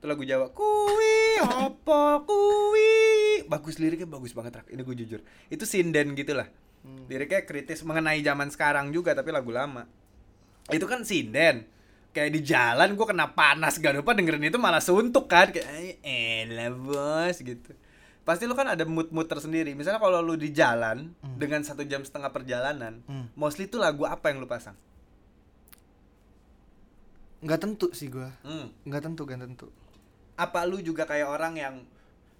Itu lagu Jawa. Kui Opo Kui. Bagus liriknya bagus banget Rak. Ini gue jujur. Itu sinden gitu lah. Hmm. Liriknya kritis mengenai zaman sekarang juga tapi lagu lama. Itu kan sinden. Kayak di jalan gue kena panas gak lupa dengerin itu malah suntuk kan kayak "Ay, elah bos gitu. Pasti lu kan ada mood-mood tersendiri. Misalnya kalau lu di jalan dengan satu jam setengah perjalanan, Hmm. mostly tuh lagu apa yang lu pasang? Nggak tentu sih gua. Hmm. Nggak tentu, nggak tentu. Apa lu juga kayak orang yang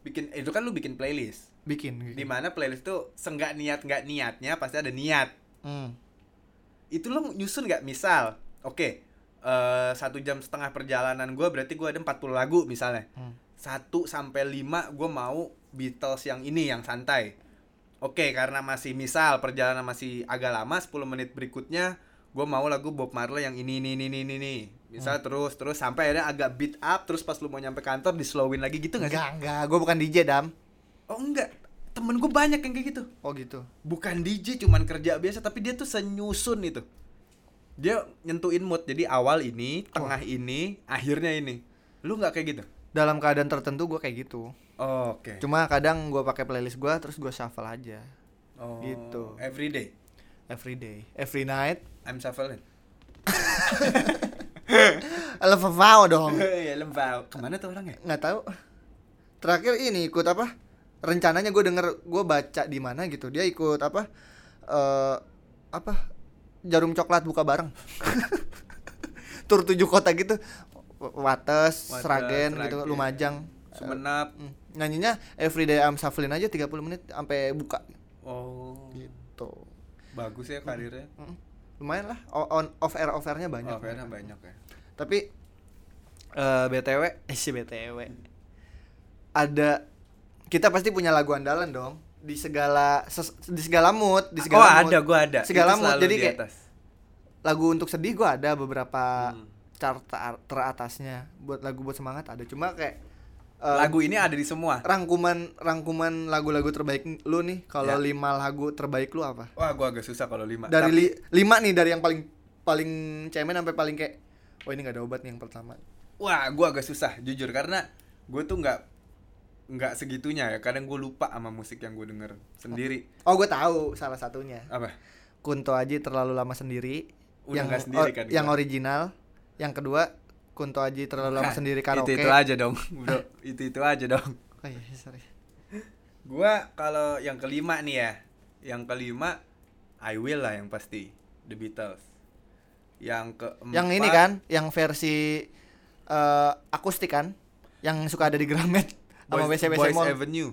bikin itu kan lu bikin playlist. Bikin gitu. Di mana playlist tuh senggak niat nggak niatnya pasti ada niat. Hmm. itu lo nyusun nggak misal oke eh, satu jam setengah perjalanan gue berarti gue ada 40 lagu misalnya Hmm. satu sampai lima gue mau Beatles yang ini yang santai oke karena masih misal perjalanan masih agak lama 10 menit berikutnya gue mau lagu Bob Marley yang ini ini ini ini ini, ini misal terus terus sampai ada agak beat up terus pas lu mau nyampe kantor dislowin lagi gitu nggak sih Enggak, enggak. Gua bukan DJ, Dam. oh enggak temen gue banyak yang kayak gitu Oh gitu. bukan DJ cuman kerja biasa tapi dia tuh senyusun itu dia nyentuhin mood jadi awal ini tengah ini akhirnya ini lu nggak kayak gitu Dalam keadaan tertentu gua kayak gitu. oke Cuma kadang gua pakai playlist gua terus gua shuffle aja. Oh, gitu. every day every day, every night. I'm shuffling Love vow dong. ya lembau kemana tuh orang ya Nggak tahu. Terakhir ini ikut apa? Rencananya gue denger gue baca di mana gitu. Dia ikut apa? eh apa? Jarum coklat buka bareng. Tur tujuh kota gitu. W- Wates, Wates, Sragen gitu, Sragen. Lumajang. Sumenep Mm. Nyanyinya everyday I'm shuffling aja 30 menit sampai buka oh gitu. bagus ya karirnya Mm. Lumayan lah O- on off air off airnya banyak. oh, kayaknya banyak ya Tapi eh BTW, eh si BTW. Ada kita pasti punya lagu andalan dong di segala ses- di segala mood, di segala oh mood. ada gua ada Segala Itu mood selalu jadi di kayak atas. lagu untuk sedih gua ada beberapa Hmm. chart ter- teratasnya buat lagu buat semangat ada cuma kayak eh, lagu ini ada di semua rangkuman rangkuman lagu-lagu terbaik lu nih kalau Ya. lima lagu terbaik lu apa wah gua agak susah kalau lima dari Tapi- li- lima nih dari yang paling paling cemen sampai paling kayak oh ini nggak ada obat nih yang pertama Wah, gua agak susah jujur karena gue tuh nggak nggak segitunya ya. Kadang gue lupa sama musik yang gue denger sendiri. oh gue tahu salah satunya Apa? Kunto Aji terlalu lama sendiri. Udah yang nggak sendiri or- kan yang kita. original. Yang kedua Kunto Aji terlalu lama Nah, sendiri karaoke. Itu itu aja dong, bro. itu itu aja dong. Oh iya, sorry. Gua kalau yang kelima nih ya, yang kelima I Will lah yang pasti The Beatles. Yang ke Yang ini kan, yang versi eh, akustik kan, yang suka ada di Gramet sama Boys, WC WC Boys Mall. Avenue.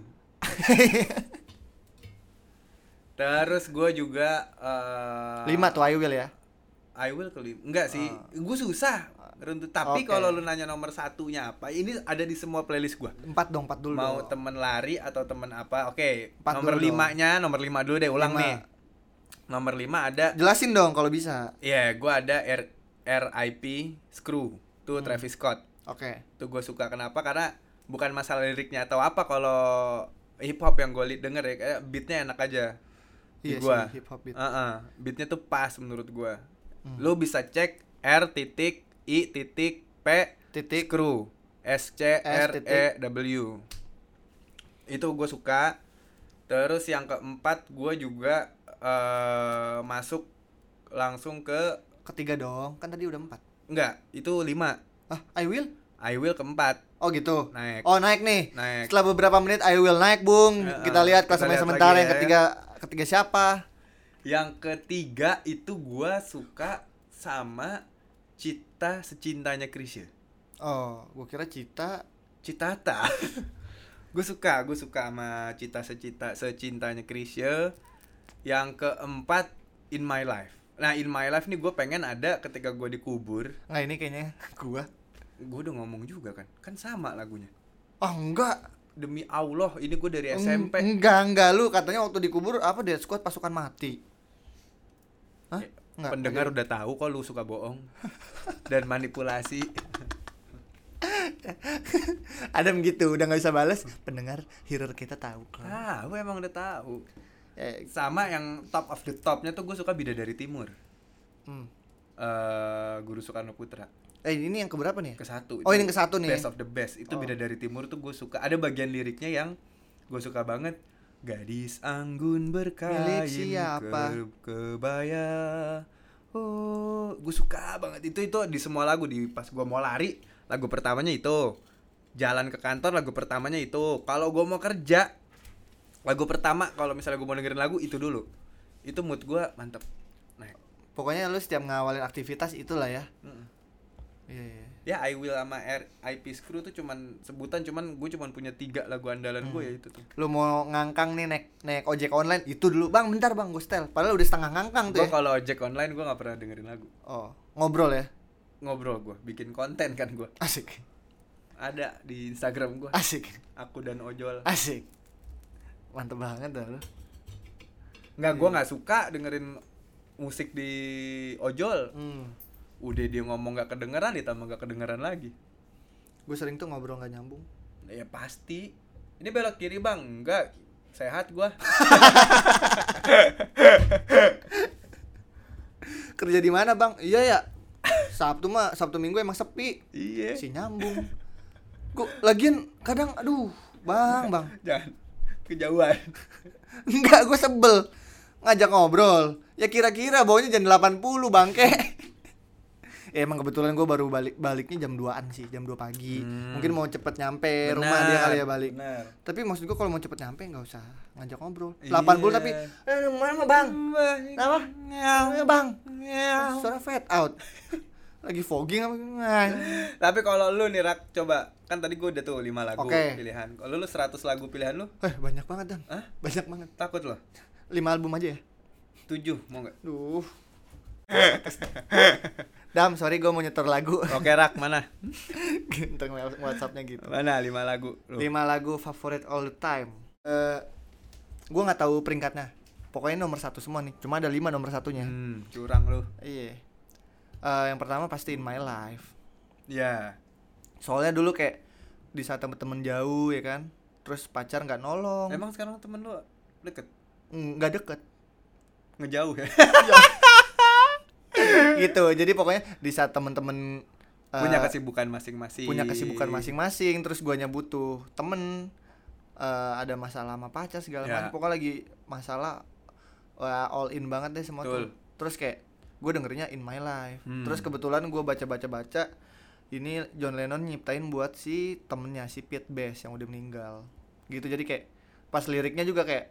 Terus gue juga eh, Lima tuh I Will ya. I will kelima Enggak sih, gue susah runtut. Ah. Oke. Tapi kalau lu nanya nomor satunya apa, ini ada di semua playlist gua Empat dong, empat dulu. Mau dong. temen lari atau temen apa? Oke, Empat dulu nomor dong. limanya, nomor lima dulu deh. Ulang Lima. nih. Nomor lima ada, Jelasin dong kalau bisa. ya gua ada R RIP Screw, tuh Travis Scott. Oke. Tuh gue suka kenapa? Karena bukan masalah liriknya atau apa kalau hip hop yang gue denger ya kayak beatnya enak aja Iya di gua. sih, hip hop beat. Hmm. Heeh, beatnya tuh pas menurut gua Lu bisa cek R titik I titik P Titik. screw S C S R E titik. W. Itu gue suka. Terus yang keempat gue juga eh masuk langsung ke Ketiga dong, kan tadi udah empat. enggak, itu lima Ah, I will? I will keempat. Oh gitu. Naik. Oh naik nih. Naik. Setelah beberapa menit I will naik, Bung. Heeh, kita lihat kita klasemen lihat sementara lagi yang ya. ketiga ketiga siapa? Yang ketiga itu gua suka sama Cita secintanya Krisya. Oh, gua kira Cita. Citata. gue suka, gue suka sama Cita secita secintanya Krisya. Yang keempat In My Life. Nah, In My Life nih gue pengen ada ketika gue dikubur. Nah, ini kayaknya gua. Gue udah ngomong juga kan, kan sama lagunya. Oh, enggak. Demi Allah, ini gue Mm, dari SMP. Eng- Enggak, enggak lu katanya waktu dikubur apa Death Squad pasukan mati. Hah? Ya, Pendengar udah tahu kok lu suka bohong dan manipulasi. Adam gitu, udah nggak bisa balas. Pendengar hero kita tahu. Tahu Ah, emang udah tahu. Eh, sama yang top of the topnya tuh gue suka bida dari timur hmm. eh guru Soekarno Putra Eh, ini yang keberapa nih? ke satu Oh, ini yang ke satu nih. Oh. best of the best itu bida dari timur tuh gue suka ada bagian liriknya yang gue suka banget gadis anggun berkain Milik siapa? ke- kebaya oh gue suka banget itu itu di semua lagu di pas gue mau lari lagu pertamanya itu jalan ke kantor lagu pertamanya itu kalau gue mau kerja lagu pertama kalau misalnya gue mau dengerin lagu itu dulu itu mood gue mantep naik Pokoknya lu setiap ngawalin aktivitas itulah ya. Mm-mm. Iya, iya. ya I Will sama RIP Screw tuh cuman sebutan cuman gue cuman punya tiga lagu andalan gue ya Hmm. itu tuh Lu mau ngangkang nih naik naik ojek online itu dulu. Bang, bentar Bang, gue setel. Padahal udah setengah ngangkang tuh. gue Ya. kalau ojek online gue nggak pernah dengerin lagu Oh, ngobrol ya. ngobrol gue bikin konten kan gue Asik. ada di Instagram gue Asik. aku dan ojol Asik. Mantep banget dah lu. nggak Iya. gue nggak suka dengerin musik di ojol Hmm. udah dia ngomong nggak kedengeran ditambah nggak kedengeran lagi Gue sering tuh ngobrol nggak nyambung. ya pasti ini belok kiri bang enggak sehat gue Kerja di mana, Bang? Iya ya. Sabtu mah Sabtu Minggu emang sepi. iya Si nyambung. Gue lagian kadang aduh, Bang, Bang. jangan kejauhan Enggak, gue sebel ngajak ngobrol. Ya kira-kira baunya jam 80 bangke. ya emang kebetulan gue baru balik baliknya jam 2-an sih, jam 2 pagi. Hmm. Mungkin mau cepet nyampe rumah dia kali ya balik. benar Tapi maksud gue kalau mau cepet nyampe nggak usah ngajak ngobrol. Iya. 80 tapi eh, mana bang? Kenapa? Mana bang? "Eh, Suara fade out. Lagi fogging apa? Nah. Tapi kalau lu nih Rak, coba kan tadi gue udah tuh 5 lagu Oke. pilihan. Kalau lu 100 lagu pilihan lu Eh, banyak banget dan. Hah? Banyak banget. takut loh. 5 album aja ya. 7 mau nggak? Duh. Dam, sorry gue mau nyetor lagu. Oke Rak, mana? Tentang WhatsAppnya gitu. Mana 5 lagu lu? Lima lagu favorit all the time. Eh, gue nggak tahu peringkatnya. Pokoknya nomor satu semua nih. Cuma ada lima nomor satunya. Hmm, curang lu. Iya. Eh, yang pertama pasti in my life. Ya. Soalnya dulu kayak di saat temen-temen jauh ya kan. Terus pacar nggak nolong, Emang sekarang temen lu deket? Mm, nggak deket. Ngejauh Eh, ya? gitu. Jadi pokoknya di saat temen-temen eh, punya kesibukan masing-masing. punya kesibukan masing-masing terus guanya butuh temen eh, ada masalah sama pacar segala Ya. macam pokoknya lagi masalah wah, all in banget deh semua tuh Betul. terus kayak gue dengernya in my life Hmm. terus kebetulan gue baca baca baca ini John Lennon nyiptain buat si temennya si Pete Best yang udah meninggal gitu jadi kayak pas liriknya juga kayak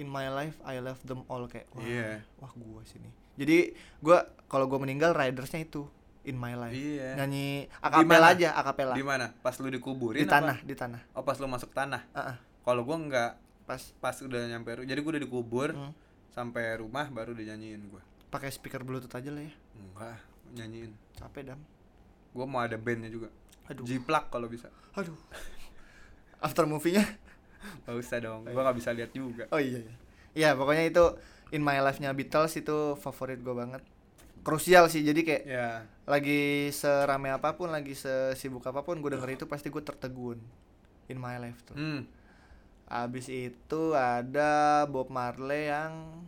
in my life I love them all kayak wah Iya. wah gue sini jadi gue kalau gue meninggal ridersnya itu in my life Iya. nyanyi mana? akapela aja akapela Di mana? Pas lu di dikuburin apa? tanah di tanah Oh, pas lu masuk tanah. Heeh, Kalau gua nggak pas pas udah nyampe ru- jadi gua udah dikubur Hmm. sampai rumah baru dinyanyiin gua. pakai speaker bluetooth aja lah ya Enggak, nyanyiin. capek dam Gue mau ada bandnya juga. Aduh. Jiplak kalau bisa. aduh after movie-nya Gak usah dong. Gue gak bisa lihat juga. oh iya iya Iya, pokoknya itu in my life-nya Beatles itu favorit gue banget krusial sih jadi kayak Ya. lagi serame apapun lagi sesibuk apapun gue denger itu pasti gue tertegun In My Life tuh. Hmm. Abis itu ada Bob Marley yang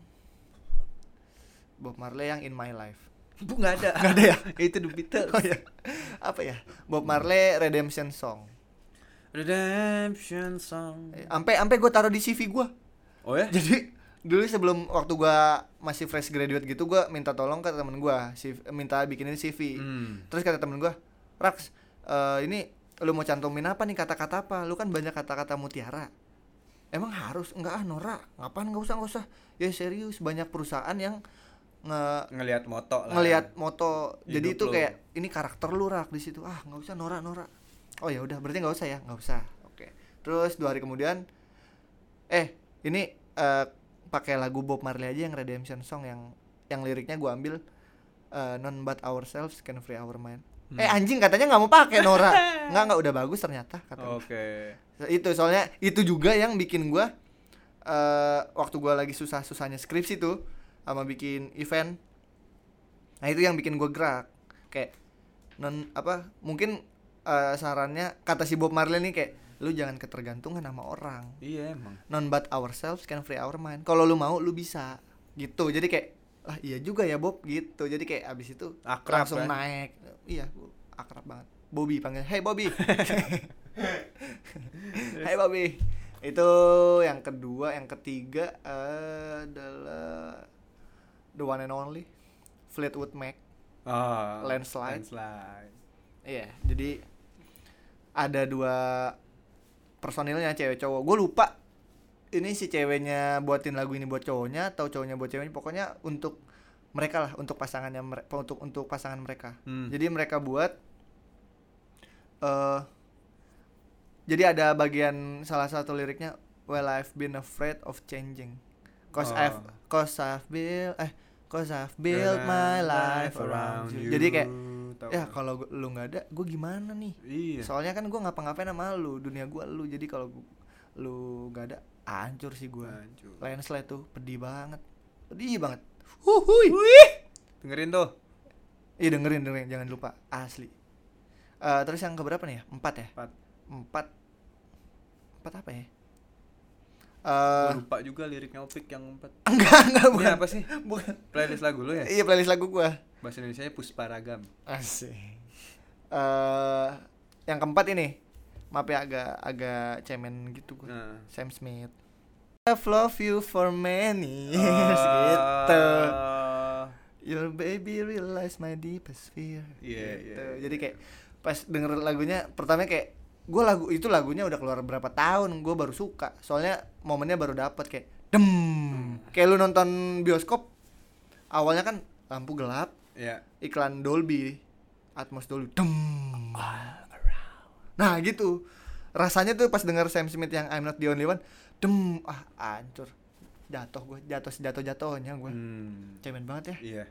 Bob Marley yang In My Life. Bu nggak ada. Nggak ada ya? Itu The Beatles. Oh ya. Apa ya? Bob Marley Redemption Song. Redemption song. Ampe ampe gue taruh di CV gue. Oh Oh, iya. ya? Jadi dulu sebelum waktu gua masih fresh graduate gitu gua minta tolong ke temen gua CV, minta bikinin CV. Hmm. Terus kata temen gua, "Rax, eh, ini lu mau cantumin apa nih kata-kata apa? Lu kan banyak kata-kata mutiara." Emang harus enggak ah Nora, ngapain nggak usah nggak usah. Ya serius banyak perusahaan yang nge Ngelihat moto lah. ngelihat moto jadi Hidup itu lu. kayak ini karakter lu rak di situ ah nggak usah norak norak oh ya udah berarti nggak usah ya nggak usah oke terus dua hari kemudian eh ini eh, pakai lagu Bob Marley aja yang Redemption Song yang yang liriknya gua ambil eh, none but ourselves can free our mind Hmm. eh anjing katanya nggak mau pakai Nora nggak nggak udah bagus ternyata kata Oke. itu soalnya itu juga yang bikin gua eh waktu gua lagi susah-susahnya skripsi tuh sama bikin event nah itu yang bikin gua gerak kayak non apa mungkin eh, sarannya kata si Bob Marley nih kayak lu jangan ketergantungan sama orang Iya emang. non but ourselves can free our mind kalau lu mau lu bisa gitu jadi kayak lah iya juga ya Bob gitu jadi kayak abis itu Akrab, langsung ya? naik iya gua akrab banget Bobby panggil hey Bobby hey Bobby itu yang kedua yang ketiga adalah the one and only Fleetwood Mac Ah. Landslide. Landslide. Iya, jadi ada dua personilnya cewek cowok. Gue lupa ini si ceweknya buatin lagu ini buat cowoknya atau cowoknya buat ceweknya. Pokoknya untuk mereka lah, untuk pasangannya mere- untuk untuk pasangan mereka. Hmm. Jadi mereka buat eh jadi ada bagian salah satu liriknya Well I've been afraid of changing Cause Oh. I've Cause I've built Eh Cause I've built my life around you Jadi kayak Tahu ya kan? kalau gua- lu nggak ada gue gimana nih Iya. soalnya kan gue ngapa-ngapain sama lu dunia gue lu jadi kalau gu- lu nggak ada hancur sih gue Hancur. landslide tuh pedih banget pedih banget huhuy Dengerin tuh. iya dengerin dengerin jangan lupa asli Eh terus yang keberapa nih ya empat ya Empat. empat empat apa ya Gua Eh lupa juga liriknya Opik yang empat. enggak enggak Ini bukan apa sih? bukan Playlist lagu lu ya? iya playlist lagu gue Bahasa Indonesia Puspa Ragam. Asik. Eh, yang keempat ini. Maaf ya agak agak cemen gitu gue. Nah. Sam Smith. I've loved you for many years gitu. Ah. Your baby realize my deepest fear. Iya, gitu. iya, iya. Jadi kayak pas denger lagunya pertama kayak gue lagu itu lagunya udah keluar berapa tahun gue baru suka soalnya momennya baru dapet kayak dem Hmm. kayak lu nonton bioskop awalnya kan lampu gelap Ya. iklan Dolby Atmos Dolby Dem. nah gitu rasanya tuh pas denger Sam Smith yang I'm Not the Only One dem ah hancur jatuh gue jatuh jatuh jatuhnya gue Hmm. cemen banget ya Iya.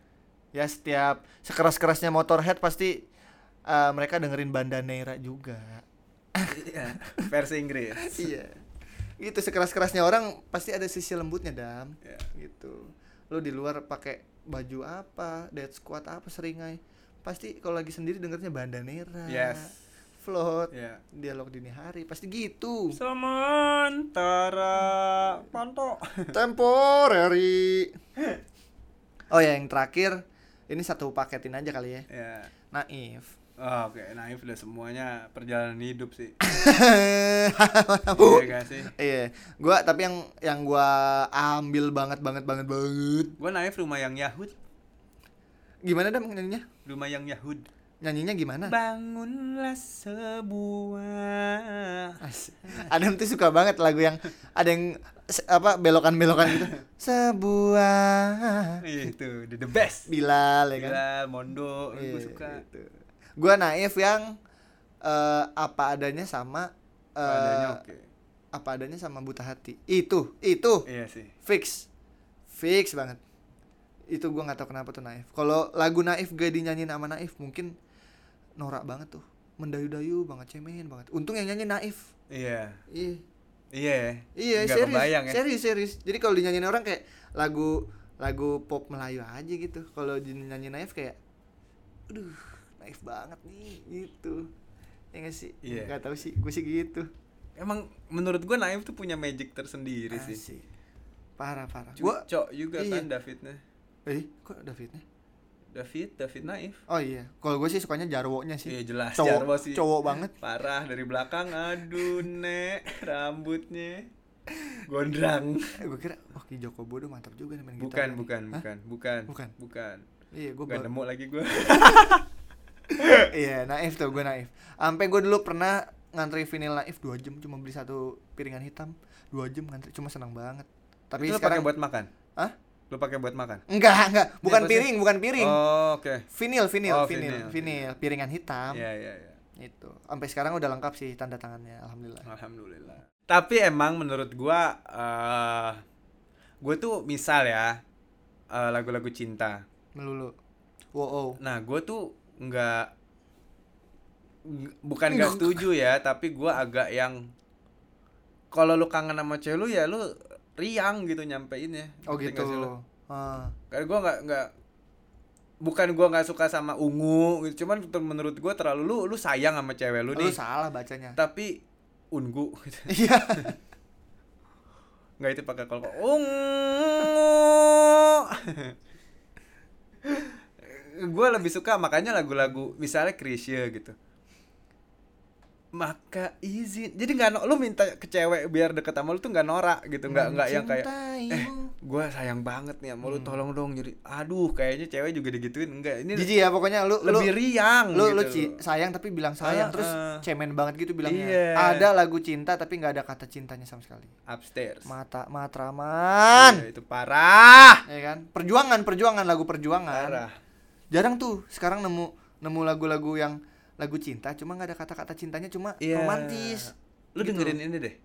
ya setiap sekeras kerasnya Motorhead pasti eh, mereka dengerin Bandanera juga Iya. Versi Inggris. iya gitu sekeras kerasnya orang pasti ada sisi lembutnya dam Iya. gitu lu di luar pakai baju apa dead squad apa seringai pasti kalau lagi sendiri dengernya bandanera Yes. float Iya. dialog dini hari pasti gitu Sementara Panto. temporary oh ya yang terakhir ini satu paketin aja kali ya Ya. naif Ah, Oke, naif udah semuanya perjalanan hidup sih. iya Iya gak sih? gua tapi yang yang gua ambil banget banget banget banget Gue naif rumah yang Yahud, gimana dam nyanyinya rumah yang Yahud. nyanyinya gimana Bangunlah sebuah. Asik. Adam tuh suka banget lagu yang ada yang se- apa belokan-belokan gitu. Sebuah Iya, Itu the, the best. Bilal ya kan. Gila, Mondo, Iya, gue Oh, suka. gitu. Gua naif yang eh, apa adanya sama eh, Adanya oke. apa adanya sama buta hati. Itu, itu Iya sih. fix. Fix banget. Itu gua nggak tahu kenapa tuh naif. Kalau lagu naif gak dinyanyiin sama naif mungkin norak banget tuh. Mendayu-dayu banget, cemen banget. Untung yang nyanyi naif. Iya. Iya. Iya ya. Iya, Nggak serius. kebayang ya. Serius, serius. Jadi kalau dinyanyiin orang kayak lagu lagu pop Melayu aja gitu. Kalau dinyanyiin naif kayak aduh, naif banget nih gitu. Ya gak sih? Iya. Nggak tahu sih, gue sih gitu. emang menurut gua Naif tuh punya magic tersendiri sih. Asik. Parah parah. Gua Cucok juga iya. kan Davidnya. eh kok Davidnya? David, David Naif. Oh iya, kalau gue sih sukanya Jarwo-nya sih. Iya jelas cowok, Jarwo sih. Cowok banget. Parah dari belakang aduh nek rambutnya gondrang. gue Eh, kira wah Ki Joko Bodo mantap juga nih main Bukan, gitar. bukan, Hah? bukan, bukan. Bukan. Bukan. Iya, gue Gak nemu lagi gua. Iya, naif tuh gue naif. Sampai gue dulu pernah ngantri vinil naif 2 jam cuma beli satu piringan hitam. 2 jam ngantri cuma senang banget. Tapi Itu lu pakai sekarang buat makan. Hah? Lu pakai buat makan. Enggak, enggak. Bukan apa sih? piring, bukan piring. Oh, oke. Vinil, vinil, Oh, vinil, vinil, vinil, vinil. piringan hitam. Iya, iya, iya. Itu. Sampai sekarang udah lengkap sih tanda tangannya, alhamdulillah. Alhamdulillah. Tapi emang menurut gua eh gua tuh misal ya eh, lagu-lagu cinta. Melulu. Wow, Oh, wow. Nah, gue tuh nggak ng- bukan nggak setuju ya, tapi gua agak yang kalau lu kangen sama cewek lu ya lu riang gitu nyampeinnya. Oh Ngerti gitu. nggak sih lu? Ah. Karena gue nggak nggak bukan gua nggak suka sama ungu, gitu. cuman ter- menurut gua terlalu lu lu sayang sama cewek lu Lu, nih, salah bacanya. tapi ungu. Gitu. Iya. Nggak itu pakai kolkol. Ungu. gue lebih suka makanya lagu-lagu misalnya Chrisye gitu. Maka izin. Jadi nggak no- lu minta ke cewek biar deket sama lu tuh nggak norak gitu, nggak nggak yang kayak eh Mencintaimu. gue sayang banget nih sama lu Hmm. tolong dong jadi aduh kayaknya cewek juga digituin enggak ini Jijik ya pokoknya lu lu- lebih riang lu lu gitu. ci- sayang tapi bilang sayang Ah, terus ah. cemen banget gitu bilangnya Iya. ada lagu cinta tapi nggak ada kata cintanya sama sekali upstairs mata matraman Iya, itu parah ya kan perjuangan perjuangan lagu perjuangan parah jarang tuh sekarang nemu nemu lagu-lagu yang lagu cinta cuma nggak ada kata-kata cintanya cuma Iya. romantis Lu dengerin ini deh.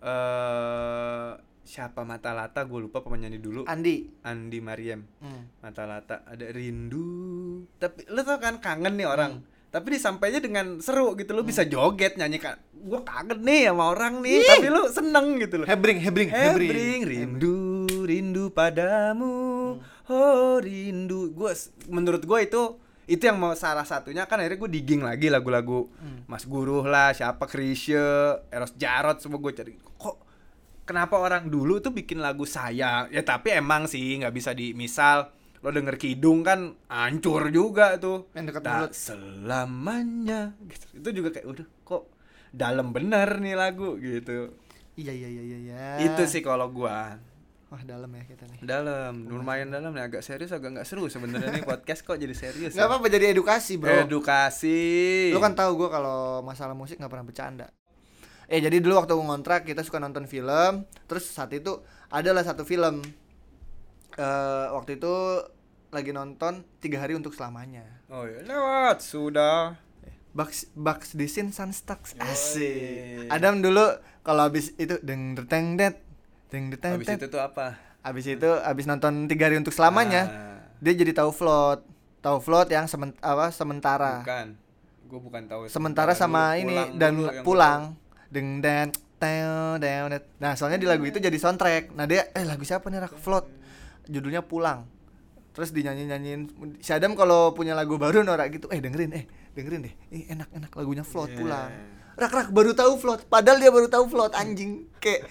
Eh siapa Mata Lata gue lupa penyanyi dulu. Andi Andi Mariam. Hmm. Mata Lata ada rindu. Tapi lu tau kan kangen nih orang. Tapi disampainya dengan seru gitu lu bisa joget nyanyi kan. Gue kangen nih sama orang nih, tapi lu seneng gitu loh. hebring hebring hebring, Hebring rindu rindu padamu oh rindu gue menurut gue itu itu yang mau salah satunya kan akhirnya gue digging lagi lagu-lagu Hmm. Mas Guruh lah siapa Chrisye Eros Jarot semua gue cari kok kenapa orang dulu tuh bikin lagu sayang ya tapi emang sih nggak bisa dimisal lo denger kidung kan hancur juga tuh Yang dekat Tak mulut. selamanya gitu. itu juga kayak udah kok dalam bener nih lagu gitu iya iya iya iya iya. itu sih kalau gua wah dalam ya kita nih dalam lumayan dalam nih agak serius agak nggak seru sebenarnya nih podcast kok jadi serius nggak ya. apa-apa jadi edukasi bro edukasi Lu kan tahu gua kalau masalah musik nggak pernah bercanda. Eh jadi dulu waktu ngontrak kita suka nonton film, terus saat itu adalah satu film eh waktu itu lagi nonton tiga hari untuk selamanya. oh ya lewat sudah Bugs Bugs Disin Sunstocks Yoi. asik. Adam dulu kalau habis itu deng deteng det deng deteng habis det. itu tuh apa Habis itu habis nonton tiga hari untuk selamanya, Ah. dia jadi tahu float, tahu float yang semen, apa sementara. bukan gua bukan tahu sementara sama Nah, dulu, ini pulang dan dulu yang pulang deng dan teo deo, det. nah soalnya di lagu itu jadi soundtrack nah dia eh lagu siapa nih rak float judulnya pulang terus dinyanyi nyanyiin si Adam kalau punya lagu baru norak gitu eh dengerin eh dengerin deh eh, enak enak lagunya float Iya. pulang rak rak baru tahu float padahal dia baru tahu float anjing kayak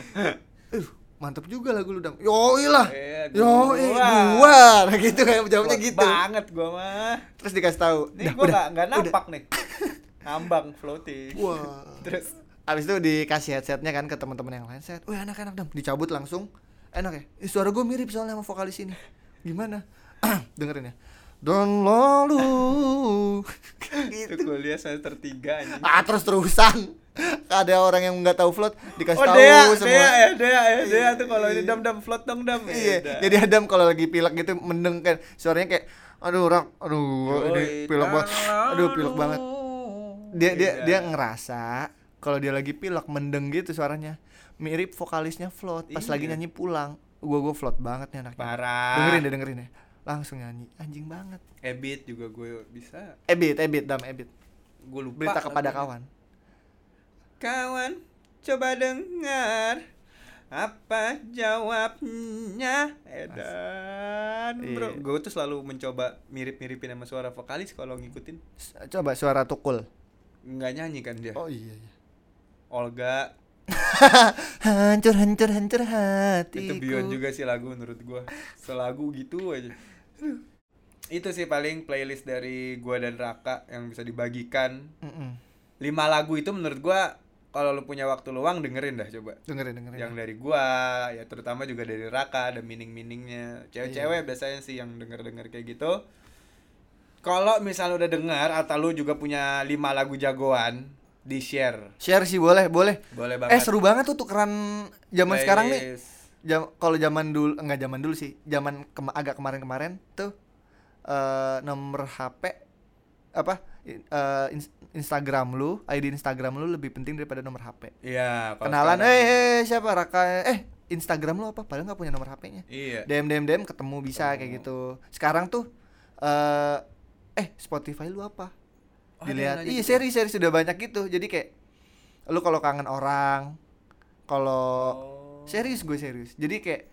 uh, mantep juga lagu lu dam yoi lah Iya, yoi gua. gua nah, gitu kayak tahu. jawabnya Float gitu banget gua mah terus dikasih tahu nih "Dah, gua udah, nggak nggak udah." nampak nih ngambang floating Wah. terus Abis itu dikasih headsetnya kan ke teman-teman yang lain set. Wih anak-anak dong dicabut langsung. Enak ya? Ih, suara gue mirip soalnya sama vokalis ini. Gimana? Dengerin ya. Dan lalu itu gitu. kuliah semester tiga anjing Ah terus terusan. Ada orang yang nggak tahu float dikasih Oh tahu Dea, semua. Dea ya, Dea ya, Dea tuh kalau ini dam dam float dong dam. Iya, jadi Adam kalau lagi pilek gitu mendeng kan suaranya kayak aduh rak, aduh ini pilek banget. Aduh pilek banget. Iya, Dia dia dia ngerasa kalau dia lagi pilek mendeng gitu suaranya mirip vokalisnya Float pas Iya. lagi nyanyi pulang. Gua gua Float banget nih anaknya. parah. Dengerin deh, dengerin deh. Langsung nyanyi. Anjing banget. Ebit juga gue bisa. Ebit, Ebit, Dam, Ebit. Gue lupa. Berita kepada namanya. kawan. Kawan, coba dengar apa jawabnya Edan bro Iya. gue tuh selalu mencoba mirip-miripin sama suara vokalis kalau ngikutin S- Coba suara Tukul. nggak nyanyi kan dia Oh iya iya. Olga hancur hancur hancur hati itu beyond juga sih lagu menurut gua selagu gitu aja Aduh. itu sih paling playlist dari gua dan Raka yang bisa dibagikan lima lagu itu menurut gua kalau lu punya waktu luang dengerin dah coba dengerin dengerin yang dari gua ya terutama juga dari Raka ada Iya. mining-miningnya cewek-cewek biasanya sih yang denger-denger kayak gitu kalau misalnya udah dengar atau lu juga punya lima lagu jagoan di share share sih boleh boleh boleh eh banget Iya, seru banget tuh tukeran zaman sekarang nih jam kalau zaman dulu enggak zaman dulu sih zaman kema- agak kemarin-kemarin tuh eh nomor HP apa i- eh, ins- Instagram lu ID Instagram lu lebih penting daripada nomor HP iya kalau kenalan sekarang- eh eh, siapa Raka eh Instagram lu apa padahal nggak punya nomor HP-nya iya DM DM DM ketemu bisa Oh. kayak gitu sekarang tuh eh eh Spotify lu apa Oh, ada dilihat yang nanya iya gitu. seri seri sudah banyak gitu jadi kayak lu kalau kangen orang kalau Oh. serius gue serius jadi kayak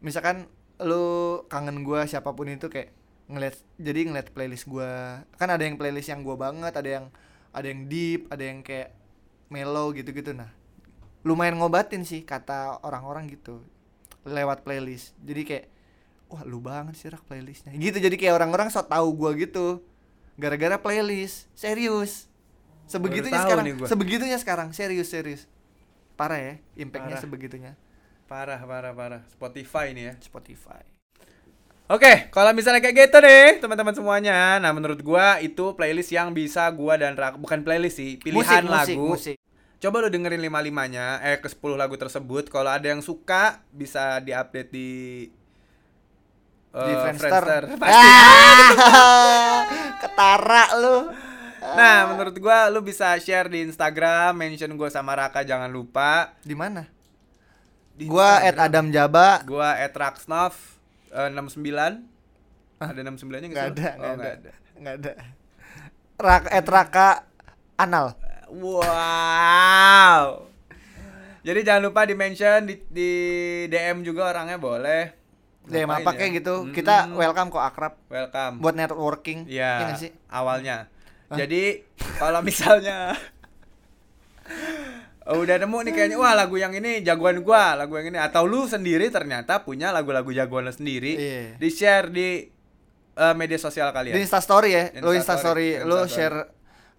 misalkan lu kangen gue siapapun itu kayak ngeliat jadi ngeliat playlist gue kan ada yang playlist yang gue banget ada yang ada yang deep ada yang kayak mellow gitu gitu nah lumayan ngobatin sih kata orang-orang gitu lewat playlist jadi kayak wah lu banget sih rak playlistnya gitu jadi kayak orang-orang so tau gue gitu gara-gara playlist serius sebegitunya tahu sekarang nih gua. sebegitunya sekarang serius serius parah ya impactnya Parah. sebegitunya Parah, parah, parah. Spotify nih ya. Spotify Oke, kalau misalnya kayak gitu nih, teman-teman semuanya. Nah, menurut gua itu playlist yang bisa gua dan Rak bukan playlist sih, pilihan lagu. musik, musik. Coba lu dengerin lima limanya, eh ke 10 lagu tersebut. Kalau ada yang suka bisa diupdate di eh, di Friendster, Pasti. Ah, ketara lu Nah, menurut gua lu bisa share di Instagram, mention gua sama Raka jangan lupa. di mana Di gua Instagram. at Adam Jaba Gua at Raksnov eh, 69. Ada 69-nya nggak ada nggak Oh, nggak ada ada. nggak ada rak at Raka anal Wow. Jadi jangan lupa di mention di, di DM juga orangnya boleh. deh Ngapain apa kayak ya? gitu Mm-mm. kita welcome kok akrab welcome. buat networking Iya, iya nggak sih awalnya. Jadi kalau misalnya udah nemu nih kayaknya wah lagu yang ini jagoan gua, lagu yang ini atau lu sendiri ternyata punya lagu-lagu jagoan lu sendiri, Iya. di-share di eh, media sosial di kalian. instastory ya lu Instastory, iya, instastory lu Instastory. share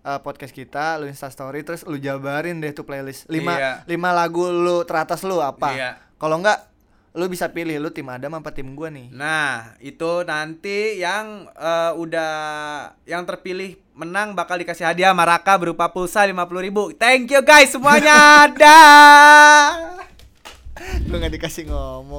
uh, podcast kita lu instastory terus lu jabarin deh tuh playlist lima Iya. lima lagu lu teratas lu apa Iya. kalau enggak lu bisa pilih lu tim Adam apa tim gua nih Nah, itu nanti yang eh, udah yang terpilih menang bakal dikasih hadiah Maraka berupa pulsa 50.000. Thank you guys semuanya. Dah. gua nggak dikasih ngomong